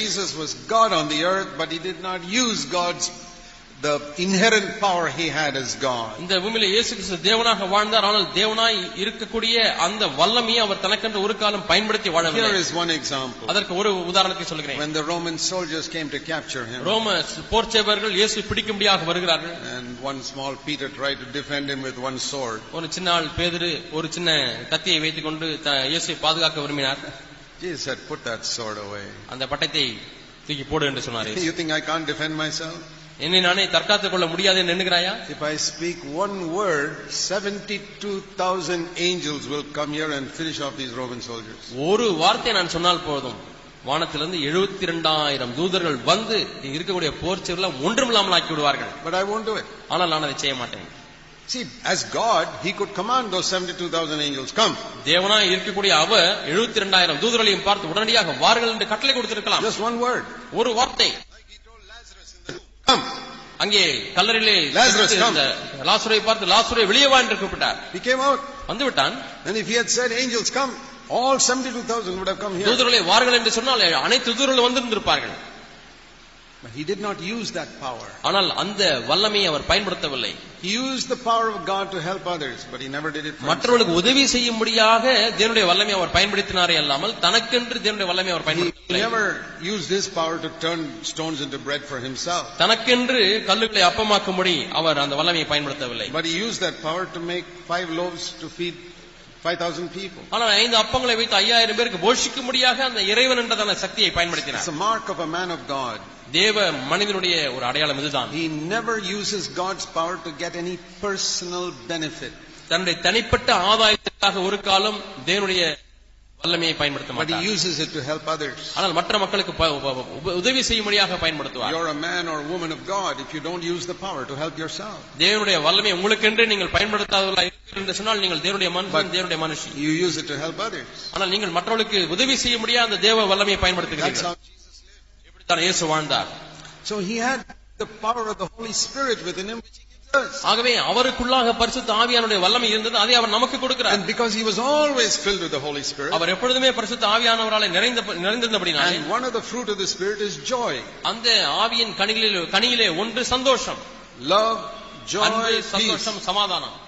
Jesus was God on the earth, but he did not use God's the inherent power he had as God. இந்த பூமியில இயேசு கிறிஸ்து தேவனாக வாழ்ந்தார் ஆனால் தேவனாய் இருக்கக்கூடிய அந்த வல்லமையை அவர் தனக்கென்று ஒரு காலம் பயன்படுத்தி Here வாழவில்லை is one example. அதற்கு ஒரு உதாரணத்தை சொல்கிறேன் When the Roman soldiers came to capture him, ரோம போர் சேவர்கள் இயேசு பிடிக்கும்படியாக வருகிறார்கள் and one small Peter tried to defend him with one sword. ஒரு சின்ன ஆள் பேதுரு ஒரு சின்ன கத்தியை வைத்துக்கொண்டு த- இயேசுவை பாதுகாக்க விரும்பினார் Jesus said, Put that sword away. அந்த பட்டத்தை தூக்கி போடு என்று சொன்னார் இயேசு. You think I can't defend myself? என்னை நானே தற்காத்துக் கொள்ள முடியாது என்று எண்ணுகிறாயா If I speak one word, 72,000 angels will come here and finish off these Roman soldiers. ஒரு வார்த்தை நான் சொன்னால் போதும் வானத்திலிருந்து எழுபத்தி இரண்டாயிரம் தூதர்கள் வந்து இங்க இருக்கக்கூடிய போர் சேவர்கள் ஒன்றுமில்லாமல் ஆக்கி விடுவார்கள் But I won't do it. ஆனால் நான் அதை செய்ய மாட்டேன் See, as God, he could command those 72,000 angels, Come. தேவனாய் இருக்கக்கூடிய அவர் எழுபத்தி இரண்டாயிரம் தூதர்களையும் பார்த்து உடனடியாக வார்கள் என்று கட்டளை கொடுத்திருக்கலாம் Just one word. ஒரு வார்த்தை Come. அங்கே கல்லறையிலே Lazarus, செத்து இருந்த லாசரை பார்த்து லாசுரை வெளியே வா என்று கூப்பிட்டார் He came out. வந்து விட்டான் And if he had said, angels come, all 72,000 would have come here. தூதர்களை வார்கள் என்று சொன்னால் அனைத்து தூதர்களும் வந்திருந்திருப்பார்கள் But he did not use that power. ஆனால் அந்த வல்லமையை அவர் பயன்படுத்தவில்லை He used the power of God to help others, but he never did it for himself. மற்றவர்களுக்கு உதவி செய்யும்படியாக தேவனுடைய வல்லமை அவர் பயன்படுத்தினாரே அல்லாமல் தனக்கென்று தேவனுடைய வல்லமை அவர் He பயன்படுத்தவில்லை never used his power to turn stones into bread for himself. தனக்கென்று கல்லுகளை அப்பமாக்கும்படி அவர் அந்த வல்லமையை பயன்படுத்தவில்லை But he used that power to make five loaves to feed 5,000 people. ஆனால் ஐந்து அப்பங்களை வைத்து ஐயாயிரம் பேருக்கு போஷிக்கும்படியாக அந்த இறைவன் என்றதான சக்தியை It's பயன்படுத்தினார் a mark of a man of God. தேவ மனிதனுடைய ஒரு அடையாளம் இதுதான் He never uses God's power to get any personal benefit, தன்னுடைய தனிப்பட்ட ஆதாயத்திற்காக ஒரு காலம் தேவனுடைய வல்லமையை பயன்படுத்த but he மாட்டார் uses it to help others. ஆனால் மற்ற மக்களுக்கு ப- உப- உப- உதவி செய்யும்படியாக பயன்படுத்துவார் You're a man or woman of God if you don't use the power to help yourself. தேவனுடைய வல்லமையை உங்களுக்கென்று நீங்கள் பயன்படுத்தாதவர்களாக இருக்கிறீர்கள் என்று சொன்னால் நீங்கள் தேவனுடைய மனுஷன் But- தேவனுடைய மனுஷி You use it to help others. ஆனால் நீங்கள் மற்றவர்களுக்கு உதவி செய்ய முடியாத அந்த தேவ That's வல்லமையை how. பயன்படுத்துகிறீர்கள் இப்படித்தான் இயேசு வாழ்ந்தார் So he had the power of the Holy Spirit within him, which he gives us. ஆகவே அவருக்குள்ளாக பரிசுத்த ஆவியானுடைய வல்லமை இருந்தது அதை அவர் நமக்கு கொடுக்கிறார் And because he was always filled with the Holy Spirit, அவர் எப்பொழுதுமே பரிசுத்த ஆவியானவராலே நிறைந்த நிறைந்திருந்தபடினாலே and one of the fruit of the Spirit is joy, அந்த ஆவியின் கனிகளிலே கனியிலே ஒன்று சந்தோஷம் love, joy, அன்பு peace. சந்தோஷம் சமாதானம்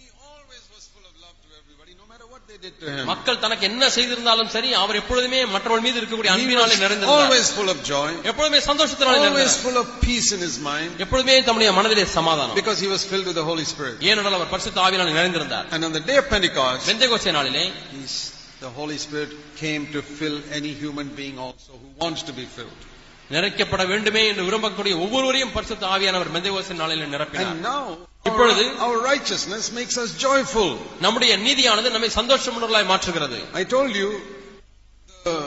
He always was full of love to everybody, no matter what they did to him. மக்கள் தனக்கு என்ன செய்திருந்தாலும் சரி அவர் எப்பொழுதுமே மற்றவர்கள் மீது இருக்கக்கூடிய He அன்பினாலே was நிறைந்திருந்தார் always full of joy, எப்பொழுதுமே சந்தோஷத்தினாலே always நிறைந்திருந்தார் full of peace in his mind, எப்பொழுதுமே தம்முடைய மனதிலே சமாதானம் because he was filled with the Holy Spirit. ஏனென்றால் அவர் பரிசுத்த ஆவியினாலே நிறைந்திருந்தார் And on the day of Pentecost, வெந்தகோசை நாளிலே He's, the Holy Spirit came to fill any human being also who wants to be filled. நிறைக்கப்பட வேண்டுமே என்று விரும்பக்கூடிய ஒவ்வொருவரையும் பரிசுத்த ஆவியானவர் மெந்தகோசை நாளிலே நிரப்பினார் And now, our, இப்பொழுது- our righteousness makes us joyful. நம்முடைய நீதியானது நம்மை சந்தோஷமுள்ளவர்களாய் மாற்றுகிறது I told you, the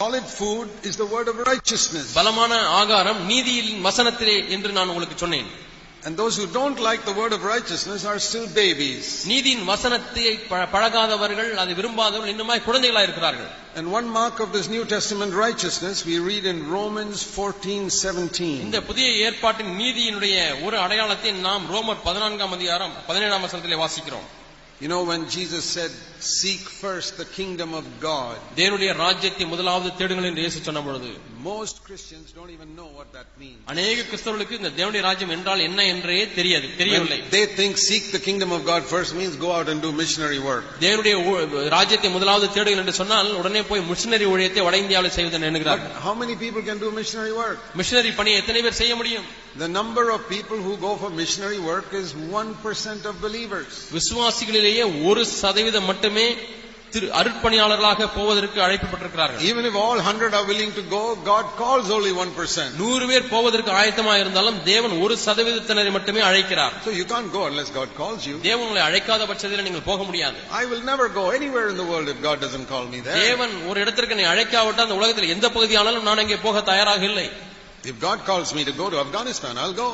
solid food is the word of righteousness. பலமான ஆகாரம் நீதியின் வசனத்திலே என்று நான் உங்களுக்கு சொன்னேன் And those who don't like the word of righteousness are still babies. நீதியின் வசனத்தை ப- பழகாதவர்கள் அதை விரும்பாதவர்கள் இன்னுமாய் குழந்தைகளா இருக்கிறார்கள் And one mark of this New Testament righteousness we read in Romans 14:17. இந்த புதிய ஏற்பாட்டின் நீதியினுடைய ஒரு அடையாளத்தை நாம் ரோமர் பதினான்காம் அதிகாரம் பதினேழாம் வசனத்திலே வாசிக்கிறோம் You know when Jesus said, "Seek first the kingdom of God." தேவனுடைய ராஜ்யத்தை முதலாவது தேடுங்கள் என்று இயேசு சொன்ன பொழுது Most Christians don't even know what that means. அநேக கிறிஸ்தவர்களுக்கு இந்த தேவனுடைய ராஜ்யம் என்றால் என்ன என்றே தெரியாது தெரியவில்லை When they think seek the kingdom of God first means go out and do missionary work. தேவனுடைய ஊ- ராஜ்யத்தை முதலாவது தேடுங்கள் என்று சொன்னால் உடனே போய் மிஷினரி ஊழியத்தை வட இந்தியாவில் செய்வதென But எண்ணுகிறார்கள் how many people can do missionary work? Missionary பணியை எத்தனை பேர் செய்ய முடியும் The number of people who go for missionary work is 1% of believers. விசுவாசிகளிலேயே ஒரு சதவீதம் மட்டுமே திரு அருட்பணியாளர்களாக போவதற்கு அழைக்கப்பட்டிருக்கிறார்கள் Even if all 100 are willing to go, God calls only 1%. நூறு பேர் போவதற்கு ஆயத்தமா இருந்தாலும் தேவன் ஒரு சதவீதத்தினரை மட்டுமே அழைக்கிறார் So you can't go unless God calls you. தேவன் உங்களை அழைக்காத பட்சத்தில் நீங்கள் போக முடியாது I will never go anywhere in the world if God doesn't call me there. தேவன் ஒரு இடத்திற்கு என்னை அழைக்காவிட்டால் அந்த உலகத்தில் எந்த பகுதியானாலும் நான் அங்கே போக தயாராக இல்லை If God calls me to go to Afghanistan, I'll go.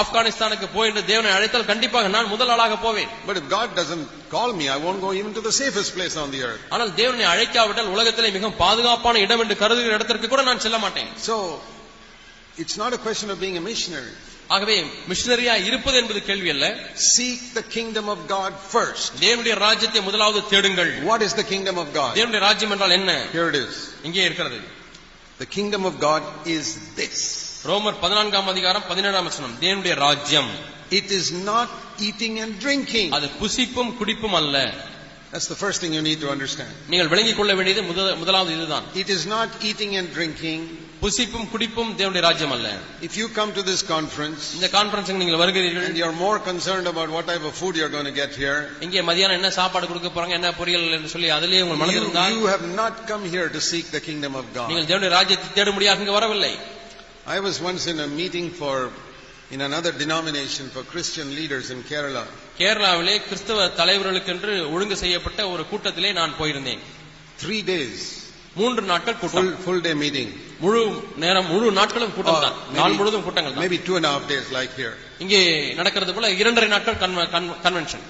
ஆப்கானிஸ்தானுக்கு போய் என்று தேவனை அழைத்தால் கண்டிப்பாக நான் முதல் ஆளாக போவேன் But if God doesn't call me, I won't go even to the safest place on the earth. ஆனால் தேவனை அழைக்காவிட்டால் உலகத்திலே மிகவும் பாதுகாப்பான இடம் என்று கருதுகிற இடத்திற்கு கூட நான் செல்ல மாட்டேன் So, it's not a question of being a missionary. ஆகவே மிஷினரியா இருப்பது என்பது கேள்வி அல்ல Seek the kingdom of God first. தேவனுடைய ராஜ்யத்தை முதலாவது தேடுங்கள் What is the kingdom of God? தேவனுடைய ராஜ்யம் என்றால் என்ன Here it is. இங்கே இருக்கிறது The kingdom of God is this. ரோமர் பதினான்காம் அதிகாரம் பதினேழாம் வசனம் தேவனுடைய ராஜ்யம் It is not eating and drinking. அது புசிப்பும் குடிப்பும் அல்ல That's the first thing you need to understand. நீங்கள் விளங்கிக் கொள்ள வேண்டியது முத- முதலாவது இதுதான் It is not eating and drinking. புசிப்பும் குடிப்பும் தேவனுடைய ராஜ்யம் அல்ல If you come to this conference இந்த கான்பரன்ஸுக்கு நீங்கள் வருகிறீர்கள் and you're more concerned about what type of food you're going to get here, இங்கே மதியானம் என்ன சாப்பாடு கொடுக்க போறாங்க என்ன பொரியல் என்று சொல்லி அதிலேயே உங்கள் you, மனதில் இருந்தால் you have not come here to seek the kingdom of God. நீங்கள் தேவனுடைய ராஜ்யத்தை தேடும்படியாக இங்கு வரவில்லை I was once in a meeting for, in another denomination for Christian leaders in Kerala. கேரளாவிலே கிறிஸ்தவ தலைவர்களுக்கென்று ஒழுங்கு செய்யப்பட்ட ஒரு கூட்டத்திலே நான் போயிருந்தேன் Three days, மூன்று நாட்கள் full, கூட்டம் full Oh, day meeting. முழு நேரம் முழு நாட்களும் கூட்டம் தான் Or நாள் முழுவதும் கூட்டங்கள் தான் maybe two and a half days like here. இங்கே நடக்கிறது போல இரண்டரை நாட்கள் convention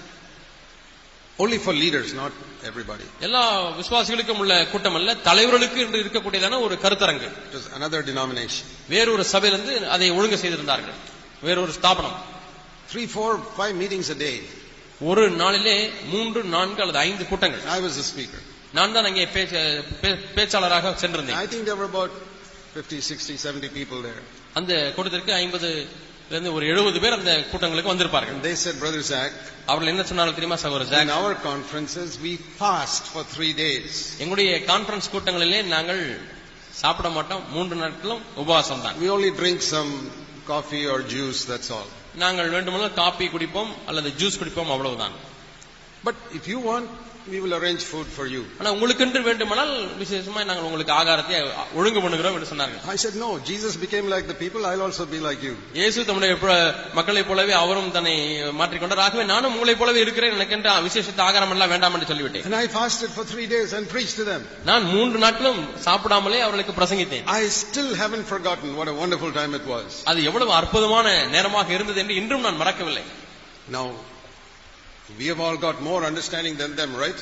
Only for leaders, not everybody. எல்லா விசுவாசிகளுக்கும் உள்ள கூட்டம் அல்ல தலைவர்களுக்கு என்று இருக்கக்கூடியதான ஒரு கருத்தரங்கு It was another denomination. வேறொரு சபையிலிருந்து அதை ஒழுங்கு செய்திருந்தார்கள் வேறொரு ஸ்தாபனம் Three, four, five meetings a day. ஒரு நாளிலே மூன்று நான்கு அல்லது ஐந்து கூட்டங்கள் I was the speaker. நான் தான் அங்கே பேச்ச- பே- பேச்சாளராக சென்றிருந்தேன் I think there were about 50, 60, 70 people there. அந்த கூட்டத்திற்கு ஐம்பது இருந்து ஒரு எழுபது பேர் அந்த கூட்டங்களுக்கு வந்திருப்பார்கள் And they said, Brother Zach, அவர்கள் என்ன சொன்னாலும் தெரியுமா சகோதர in ஜாக் our conferences, we fast for three days. எங்களுடைய கான்பரன்ஸ் கூட்டங்களிலே நாங்கள் சாப்பிட மாட்டோம் மூன்று நாட்களும் உபவாசம் தான் We only drink some coffee or juice, that's all. நாங்கள் வேண்டுமானால் காப்பி குடிப்போம் அல்லது ஜூஸ் குடிப்போம் அவ்வளவுதான் But if you want, we will arrange food for you. ஆனா உங்களுக்கென்று வேண்டுமானால் விசேஷமா நாங்கள் உங்களுக்கு ஆகாரத்தை ஒழுங்கு பண்ணுகிறோம் என்று சொன்னார்கள் I said, No, Jesus became like the people, I'll also be like you. இயேசு தம்முடைய புற- மக்களைப் போலவே அவரும் தன்னை மாற்றிக்கொண்டார் ஆகவே நானும் உங்களைப் போலவே இருக்கிறேன் எனக்கென்று விசேஷத்தை ஆகாரம் எல்லாம் வேண்டாம் என்று சொல்லிவிட்டேன் And I fasted for three days and preached to them. நான் மூன்று நாட்களும் சாப்பிடாமலே அவர்களுக்கு பிரசங்கித்தேன் I still haven't forgotten what a wonderful time it was. அது எவ்வளவு அற்புதமான நேரமாக இருந்தது என்று இன்றும் நான் மறக்கவில்லை Now, we have all got more understanding than them, right?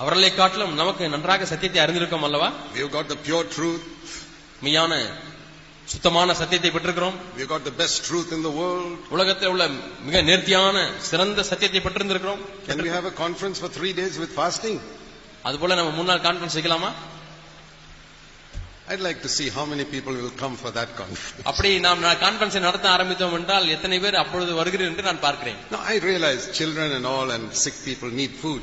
அவர்களை காட்டிலும் நமக்கு நன்றாக சத்தியத்தை அறிந்திருக்கோம் அல்லவா We have got the pure truth. மெய்யான சுத்தமான சத்தியத்தை பெற்றிருக்கிறோம் We have got the best truth in the world. உலகத்தில் உள்ள மிக நேர்த்தியான சிறந்த சத்தியத்தை பெற்றிருந்திருக்கிறோம் Can we have a conference for three days with fasting? அதுபோல நம்ம முன்னாள் கான்ஃபரன்ஸ் வைக்கலாமா I'd like to see how many people will come for that conference. அப்படி நாம் கான்பரன்ஸை நடத்த ஆரம்பித்தோம் என்றால் எத்தனை பேர் அப்பொழுது வருகிறேன் என்று நான் பார்க்கிறேன் Now, I realize children and all and sick people need food.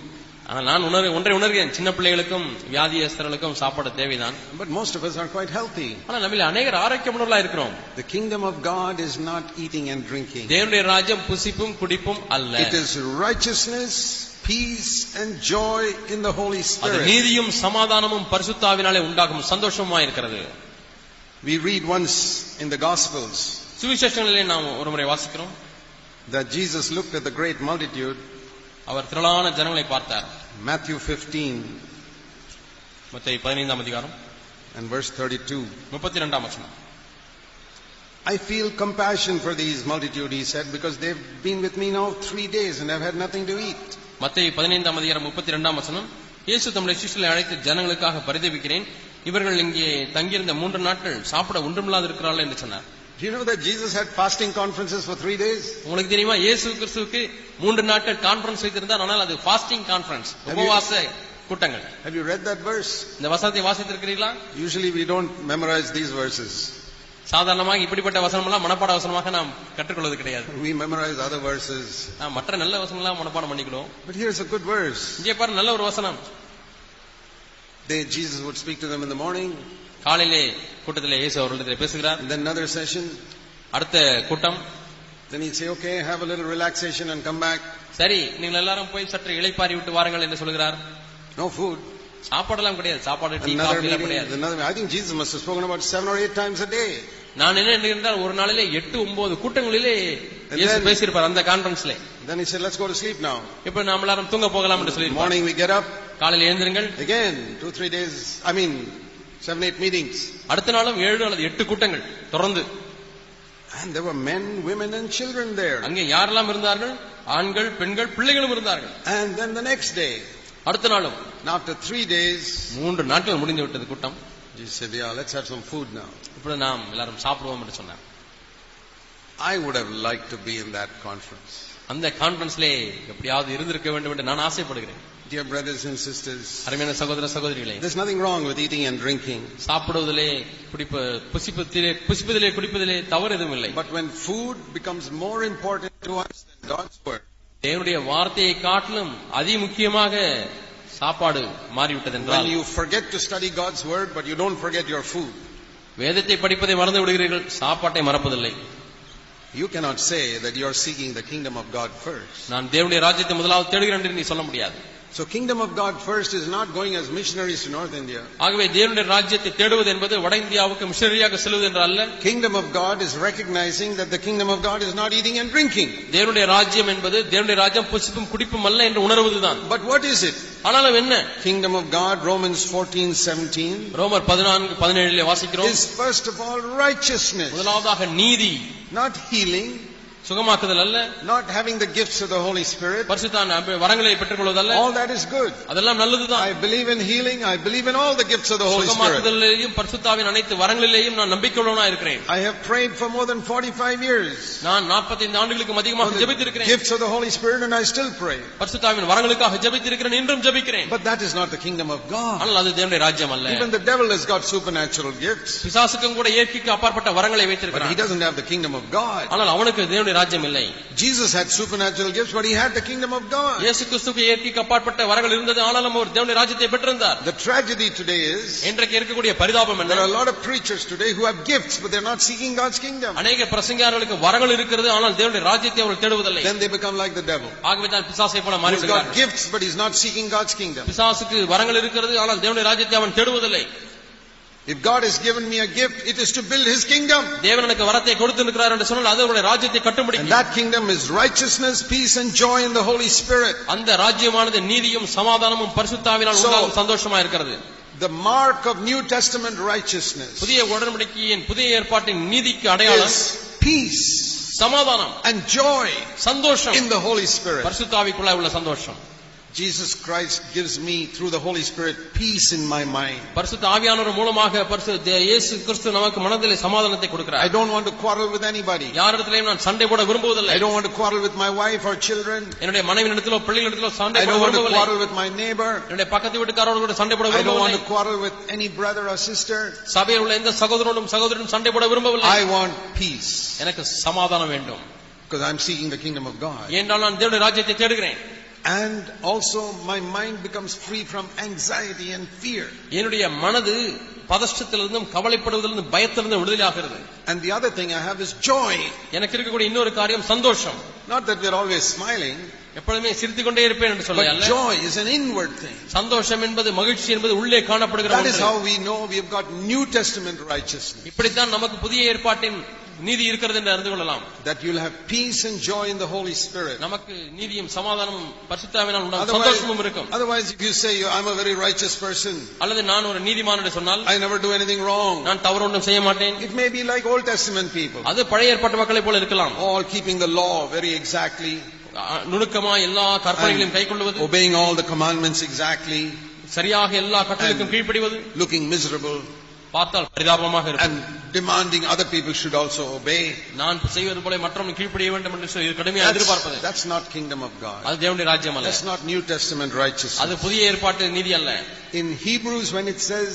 ஆனால் நான் உணர் ஒன்றை உணர்கிறேன் சின்ன பிள்ளைகளுக்கும் வியாதியஸ்தர்களுக்கும் சாப்பாடு தேவைதான் But most of us are quite healthy. ஆனால் நம்மில் அநேகர் ஆரோக்கியமுள்ளவர்களா இருக்கிறோம் The kingdom of God is not eating and drinking. தேவனுடைய ராஜ்யம் புசிப்பும் குடிப்பும் அல்ல It is righteousness, peace, and joy in the Holy அது Spirit. நீதியும் சமாதானமும் பரிசுத்தாவினாலே உண்டாகும் சந்தோஷமா இருக்கிறது We read once in the Gospels சுவிசேஷங்களிலே நாம் ஒரு முறை வாசிக்கிறோம் that Jesus looked at the great multitude, அவர் திரளான ஜனங்களை பார்த்தார் Matthew 15 மத்திய பதினைந்தாம் அதிகாரம் and verse 32. முப்பத்தி ரெண்டாம் வசனம் I feel compassion for these multitude, he said, because they've been with me now three days and I've had nothing to eat. மத்திய பதினைந்தாம் அதிகாரம் முப்பத்தி ரெண்டாம் வசனம் இயேசு தம்முடைய சிஷ்யர்களை அழைத்து ஜனங்களுக்காக பரிதவிக்கிறேன் இவர்கள் இங்கே தங்கியிருந்த மூன்று நாட்கள் சாப்பிட ஒன்றுமில்லாது இருக்கிறார்கள் என்று சொன்னார் Do you know that Jesus had fasting conferences for three days? உங்களுக்கு தெரியுமா இயேசு கிறிஸ்துவுக்கு மூன்று நாட்கள் கான்ஃபரன்ஸ் வைத்திருந்தார் ஆனால் அது ஃபாஸ்டிங் கான்ஃபரன்ஸ் Have you- உபவாச கூட்டங்கள் Have you read that verse? இந்த வசனத்தை வாசித்திருக்கிறீர்களா Usually we don't memorize these verses. சாதாரணமாக இப்படிப்பட்ட வசனம் எல்லாம் மனப்பாட வசனமாக நாம் கற்றுக்கொள்வது கிடையாது We memorize other verses. நாம் மற்ற நல்ல வசனங்களாம் மனப்பாடம் பண்ணிக்கிடுவோம் But here's a good verse. இங்கே பாரு நல்ல ஒரு வசனம் They, Jesus would speak to them in the morning, காலையிலே கூட்டத்திலே இயேசு அவர்களிடத்தில் பேசுகிறார் and then another session. அடுத்த கூட்டம் Then he'd say, okay, have a little relaxation and come back. சரி நீங்கள் எல்லாரும் போய் சற்று இளைப்பாறி விட்டு வாருங்கள் என்று சொல்கிறார் No food. சாப்பாடெல்லாம் கிடையாது சாப்பாடு டீ Another காஃபி எல்லாம் meeting. கிடையாது Another, I think Jesus must have spoken about seven or eight times a day. நான் என்ன எண்ணுகிறேன் ஒரு நாளிலே எட்டு ஒன்பது கூட்டங்களிலே And இயேசு then- பேசியிருப்பார் அந்த கான்பரன்ஸ்ல Then he said, let's go to sleep now. இப்ப நாம் எல்லாரும் தூங்க போகலாம் என்று சொல்லியிருப்பார் Morning we get up, காலையில எழுந்திருங்கள் Again, two, three days, I mean, seven, eight meetings. அடுத்த நாளும் ஏழு அல்லது எட்டு கூட்டங்கள் தொடர்ந்து And there were men, women, and children there. அங்கே யாரெல்லாம் இருந்தார்கள் ஆண்கள் பெண்கள் பிள்ளைகளும் இருந்தார்கள் And then the next day, அடுத்த நாளும் and after three days, மூன்று நாட்கள் முடிந்து விட்டது கூட்டம் Jesus said, Yeah, let's have some food now. இப்பொழுது நாம் எல்லாரும் சாப்பிடுவோம் என்று சொன்னார் I would have liked to be in that conference. அந்த கான்பரன்ஸ்லே எப்படியாவது இருந்திருக்க வேண்டும் என்று நான் ஆசைப்படுகிறேன் Dear brothers and sisters, அருமையான சகோதர சகோதரிகளே there's nothing wrong with eating and drinking. சாப்பிடுவதிலே குடிப்ப புசிப்பதிலே புசிப்பதிலே குடிப்பதிலே தவறு எதுவும் இல்லை But when food becomes more important to us than God's word, தேவனுடைய வார்த்தையை காட்டிலும் அதி முக்கியமாக சாப்பாடு மாறிவிட்டது என்றால் when you forget to study God's word but you don't forget your food, வேதத்தை படிப்பதை மறந்து விடுகிறீர்கள் சாப்பாட்டை மறப்பதில்லை you cannot say that you're seeking the kingdom of God first. நான் தேவனுடைய ராஜ்யத்தை முதலாவது தேடுகிறேன் என்று நீ சொல்ல முடியாது So kingdom of God first is not going as missionaries to North India. ஆகவே தேவனுடைய ராஜ்யத்தை தேடுவது என்பது வட இந்தியாவுக்கு மிஷனரியாக செல்வது என்று அல்ல Kingdom of God is recognizing that the kingdom of God is not eating and drinking. தேவனுடைய ராஜ்யம் என்பது தேவனுடைய ராஜ்யம் புசிப்பும் குடிப்பும் அல்ல என்று உணர்வதுதான் But what is it? ஆனாலும் என்ன Kingdom of God, Romans 14, 17, ரோமர் பதினான்கு பதினேழுல வாசிக்கிறோம் is first of all righteousness, முதலாவதாக நீதி not healing, சுகமாக்குதல் அல்ல not having the gifts of the Holy Spirit. பரிசுத்தான் அப்ப- வரங்களை பெற்றுக்கொள்வது அல்ல All that is good. அதெல்லாம் நல்லதுதான் I believe in healing. I believe in all the gifts of the Holy Spirit. சுகமாக்குதலிலேயும் பரிசுத்தாவின் அனைத்து வரங்களிலேயும் நான் நம்பிக்கையுள்ளவனா இருக்கிறேன் I have prayed for more than 45 years. நான் 45 ஆண்டுகளுக்கும் for அதிகமாக the ஜெபித்திருக்கிறேன் Gifts of the Holy Spirit, and I still pray. பரிசுத்தாவின் வரங்களுக்காக ஜெபித்திருக்கிறேன் இன்றும் ஜெபிக்கிறேன் But that is not the kingdom of God. ஆனால் அது தேவனுடைய ராஜ்யம் அல்ல Even the devil has got supernatural gifts, பிசாசுக்கும் கூட இயற்கைக்கு அப்பாற்பட்ட வரங்களை but he வைத்திருக்கிறான் doesn't have the kingdom of God. ஆனால் அவனுக்கு தேவனுடைய ராஜ்யம் இல்லை Jesus had supernatural gifts, but he had the kingdom of God. இயேசு கிறிஸ்துவுக்கு இயற்கைக்கு அப்பாற்பட்ட வரங்கள் இருந்தது ஆனாலும் அவர் தேவனுடைய ராஜ்யத்தை பெற்றிருந்தார் The tragedy today is இன்றைக்கு இருக்கக்கூடிய பரிதாபம் there are a என்ன lot of preachers today who have gifts, but they're not seeking God's kingdom. அநேக பிரசங்கியாளர்களுக்கு வரங்கள் இருக்கிறது ஆனால் தேவனுடைய ராஜ்யத்தை அவர்கள் தேடுவதில்லை Then they become like the devil. ஆகவே தான் பிசாசை போல He's got மாறிவிடுகிறார்கள் gifts, but he's not seeking God's kingdom. பிசாசுக்கு வரங்கள் இருக்கிறது ஆனால் தேவனுடைய ராஜ்யத்தை அவன் தேடுவதில்லை If God has given me a gift, it is to build his kingdom. தேவன் எனக்கு வரத்தை கொடுத்திருக்கிறார் என்று சொன்னால் அது அவருடைய ராஜ்யத்தை And கட்டுப்படுத்தி that kingdom is righteousness, peace and joy in the Holy Spirit. அந்த ராஜ்யமானது நீதியும் சமாதானமும் பரிசுத்தாவினால் So- உண்டாகும் சந்தோஷமா இருக்கிறது The mark of New Testament righteousness புதிய உடன்படிக்கையின் புதிய ஏற்பாட்டின் நீதிக்கு அடையாளம் is peace சமாதானம் and joy சந்தோஷம் in the Holy Spirit. பரிசுத்தாவிக்குள்ள உள்ள சந்தோஷம் Jesus Christ gives me through the Holy Spirit peace in my mind. பரிசுத்த ஆவியானவர் மூலமாக பரிசு தே- இயேசு கிறிஸ்து நமக்கு மனதிலே சமாதானத்தை I கொடுக்கிறார் don't want to quarrel with anybody. யாரிடத்திலையும் நான் சண்டை போட விரும்புவதில்லை I don't want to quarrel with my wife or children. என்னுடைய மனைவியிடத்திலோ பிள்ளைகளிடத்திலோ சண்டை I போட don't want to விரும்பவில்லை quarrel with my neighbor. என்னுடைய பக்கத்து வீட்டுக்காரோடு கூட சண்டை போட I don't want to விரும்பவில்லை quarrel with any brother or sister. சபையில் உள்ள எந்த சகோதரனும் சகோதரனும் சண்டை போட விரும்பவில்லை I want peace எனக்கு சமாதானம் வேண்டும் because I'm seeking the kingdom of God. ஏனென்றால் நான் தேவனுடைய ராஜ்யத்தை தேடுகிறேன் And also my mind becomes free from anxiety and fear. என்னுடைய மனது பதஷ்டத்திலிருந்தும் கவலைப்படுவதிலிருந்தும் பயத்திலிருந்தும் விடுதலையாகிறது And the other thing I have is joy. எனக்கு இருக்கக்கூடிய இன்னொரு காரியம் சந்தோஷம் Not that we're always smiling, எப்பொழுதுமே சிரித்துக் கொண்டே இருப்பேன் என்று சொல்ல but அல்ல. joy is an inward thing. சந்தோஷம் என்பது மகிழ்ச்சி என்பது உள்ளே காணப்படுகிற That is ஒன்று. how we know we've got New Testament righteousness. இப்படித்தான் நமக்கு புதிய ஏற்பாட்டின் நீதி இருக்கிறது என்று அறிந்து கொள்ளலாம் That you'll have peace and joy in the Holy Spirit. நமக்கு நீதியும் சமாதானமும் பரிசுத்தாவினால் உண்டான Otherwise, சந்தோஷமும் இருக்கும் otherwise, if you say I'm a very righteous person, அல்லது நான் ஒரு நீதிமான் என்று சொன்னால் I never do anything wrong, நான் தவறு ஒன்றும் செய்ய மாட்டேன் it may be like Old Testament people, அது பழைய ஏற்பாட்டு மக்களை போல இருக்கலாம் all keeping the law very exactly, அஹ், நுணுக்கமா எல்லா கற்பனைகளையும் and கை கொள்வது obeying all the commandments exactly, சரியாக எல்லா கட்டளைக்கும் And- கீழ்ப்படிவது looking miserable, பார்த்தால் பரிதாபமாக இருக்கும் and demanding other people should also obey. நான் செய்வது போல மற்றவர்கள் கீழ்ப்படிய வேண்டும் என்று சொல்லி கடுமையாக எதிர்பார்ப்பது That's, that's not kingdom of God. அது தேவனுடைய ராஜ்யம் அல்ல That's not New Testament righteousness. அது புதிய ஏற்பாட்டு நீதி அல்ல In Hebrews, when it says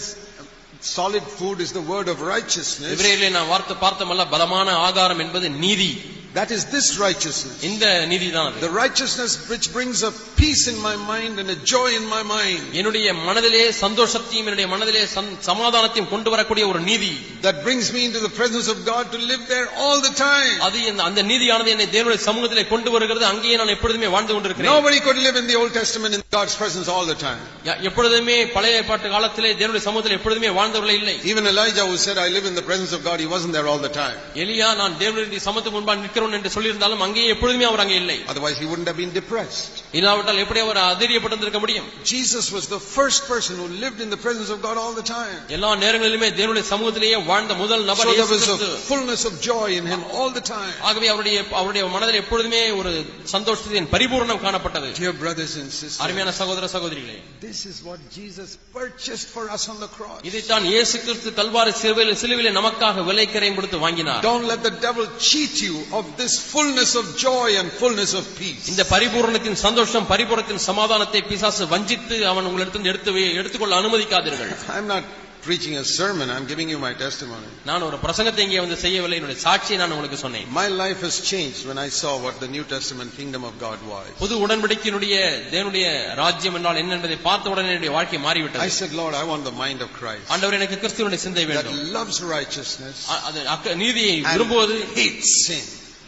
solid food is the word of righteousness, இவரையிலே நான் வார்த்தை பார்த்தமல்ல பலமான ஆகாரம் என்பது நீதி that is this righteousness. இந்த நீதி தான் அது The righteousness which brings a peace in my mind and a joy in my mind, என்னுடைய மனதிலே சந்தோஷத்தையும் என்னுடைய மனதிலே சந்- சமாதானத்தையும் கொண்டு வரக்கூடிய ஒரு நீதி that brings me into the presence of God to live there all the time. அது இந்த- அந்த நீதியானது என்னை தேவனுடைய சமூகத்திலே கொண்டு வருகிறது அங்கேயே நான் எப்பொழுதுமே வாழ்ந்து கொண்டிருக்கிறேன் Nobody could live in the Old Testament in God's presence all the time. யா- எப்பொழுதுமே பழைய ஏற்பாட்டு காலத்திலே தேவனுடைய சமூகத்தில் எப்பொழுதுமே வாழ்ந்தவர்கள் இல்லை Even Elijah, who said, I live in the presence of God, he wasn't there all the time. எலியா நான் தேவனுடைய சமத்துக்கு முன்பாக நிற்கிறோம் என்று சொல்லியிருந்தாலும் அங்கேயே எப்பொழுதுமே அவர் அங்கே இல்லை Otherwise, he wouldn't have been depressed. இல்லாவிட்டால் எப்படி அவர் அதிரியப்பட்டிருந்திருக்க முடியும் Jesus was the first person who lived in the presence of God all the time. எல்லா நேரங்களிலுமே தேவனுடைய சமூகத்திலேயே வாழ்ந்த முதல் So நபர் there இயேசு was a Kristu. fullness of joy in him all the time. ஆகவே அவருடைய அவருடைய மனதில் எப்பொழுதுமே ஒரு சந்தோஷத்தின் பரிபூரணம் காணப்பட்டது Dear brothers and sisters, அருமையான சகோதர சகோதரிகளே This is what Jesus purchased for us on the cross. இதைத்தான் இயேசு கிறிஸ்து தல்வாரி சிலுவையில் சிலுவிலே நமக்காக விலைக்கரையும் கொடுத்து வாங்கினார் Don't let the devil cheat you of this fullness of joy and fullness of peace. இந்த பரிபூரணத்தின் சந்தோஷம் பரிபூரணத்தின் சமாதானத்தை பிசாசு வஞ்சித்து அவன் உங்களிடத்திலிருந்து எடுத்து வை- எடுத்துக்கொள்ள அனுமதிக்காதீர்கள் I'm not preaching a sermon, I'm giving you my testimony. நான் ஒரு பிரசங்கத்தை இங்கே வந்து செய்யவில்லை என்னுடைய சாட்சியை நான் உங்களுக்கு சொன்னேன் My life has changed when I saw what the New Testament kingdom of God was. புது உடன்படிக்கையினுடைய தேவனுடைய ராஜ்யம் என்றால் என்ன என்பதை பார்த்த உடனே என்னுடைய வாழ்க்கை I மாறிவிட்டது said, Lord, I want the mind of Christ ஆண்டவர் எனக்கு கிறிஸ்துவனுடைய சிந்தை that வேண்டும் loves righteousness அ- அது அக்க- நீதியை விரும்புவது and hates sin.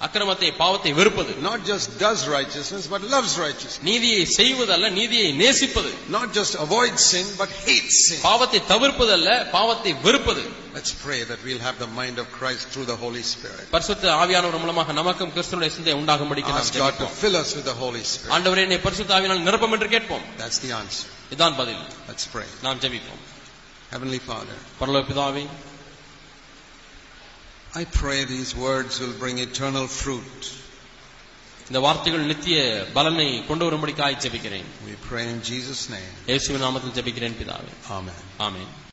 அக்கிரமத்தை பாவத்தை வெறுப்பது Not just does righteousness, but loves righteousness. நீதியை செய்வதல்ல நீதியை நேசிப்பது Not just avoids sin, but hates sin. பாவத்தை தவிர்ப்பதல்ல பாவத்தை வெறுப்பது Let's pray that we'll have the mind of Christ through the Holy Spirit. பரிசுத்த ஆவியானவர் மூலமாக நமக்கும் கிறிஸ்துவனுடைய சிந்தை உண்டாகும்படிக்கு நாம் Ask God to ஜெபிப்போம். fill us with the Holy Spirit. ஆண்டவரே என்னை பரிசுத்த ஆவியானால் நிரப்பம் என்று கேட்போம் That's the answer. இதான் பதில் Let's pray. நாம் ஜெபிப்போம் Heavenly Father, பரலோக பிதாவே I pray these words will bring eternal fruit. இந்த வார்த்தைகள் நித்திய பலனை கொண்டு வரும்படிக்காய் ஜெபிக்கிறேன் We pray in Jesus' name. இயேசுவின் நாமத்தில் ஜெபிக்கிறேன் பிதாவே Amen. ஆமென்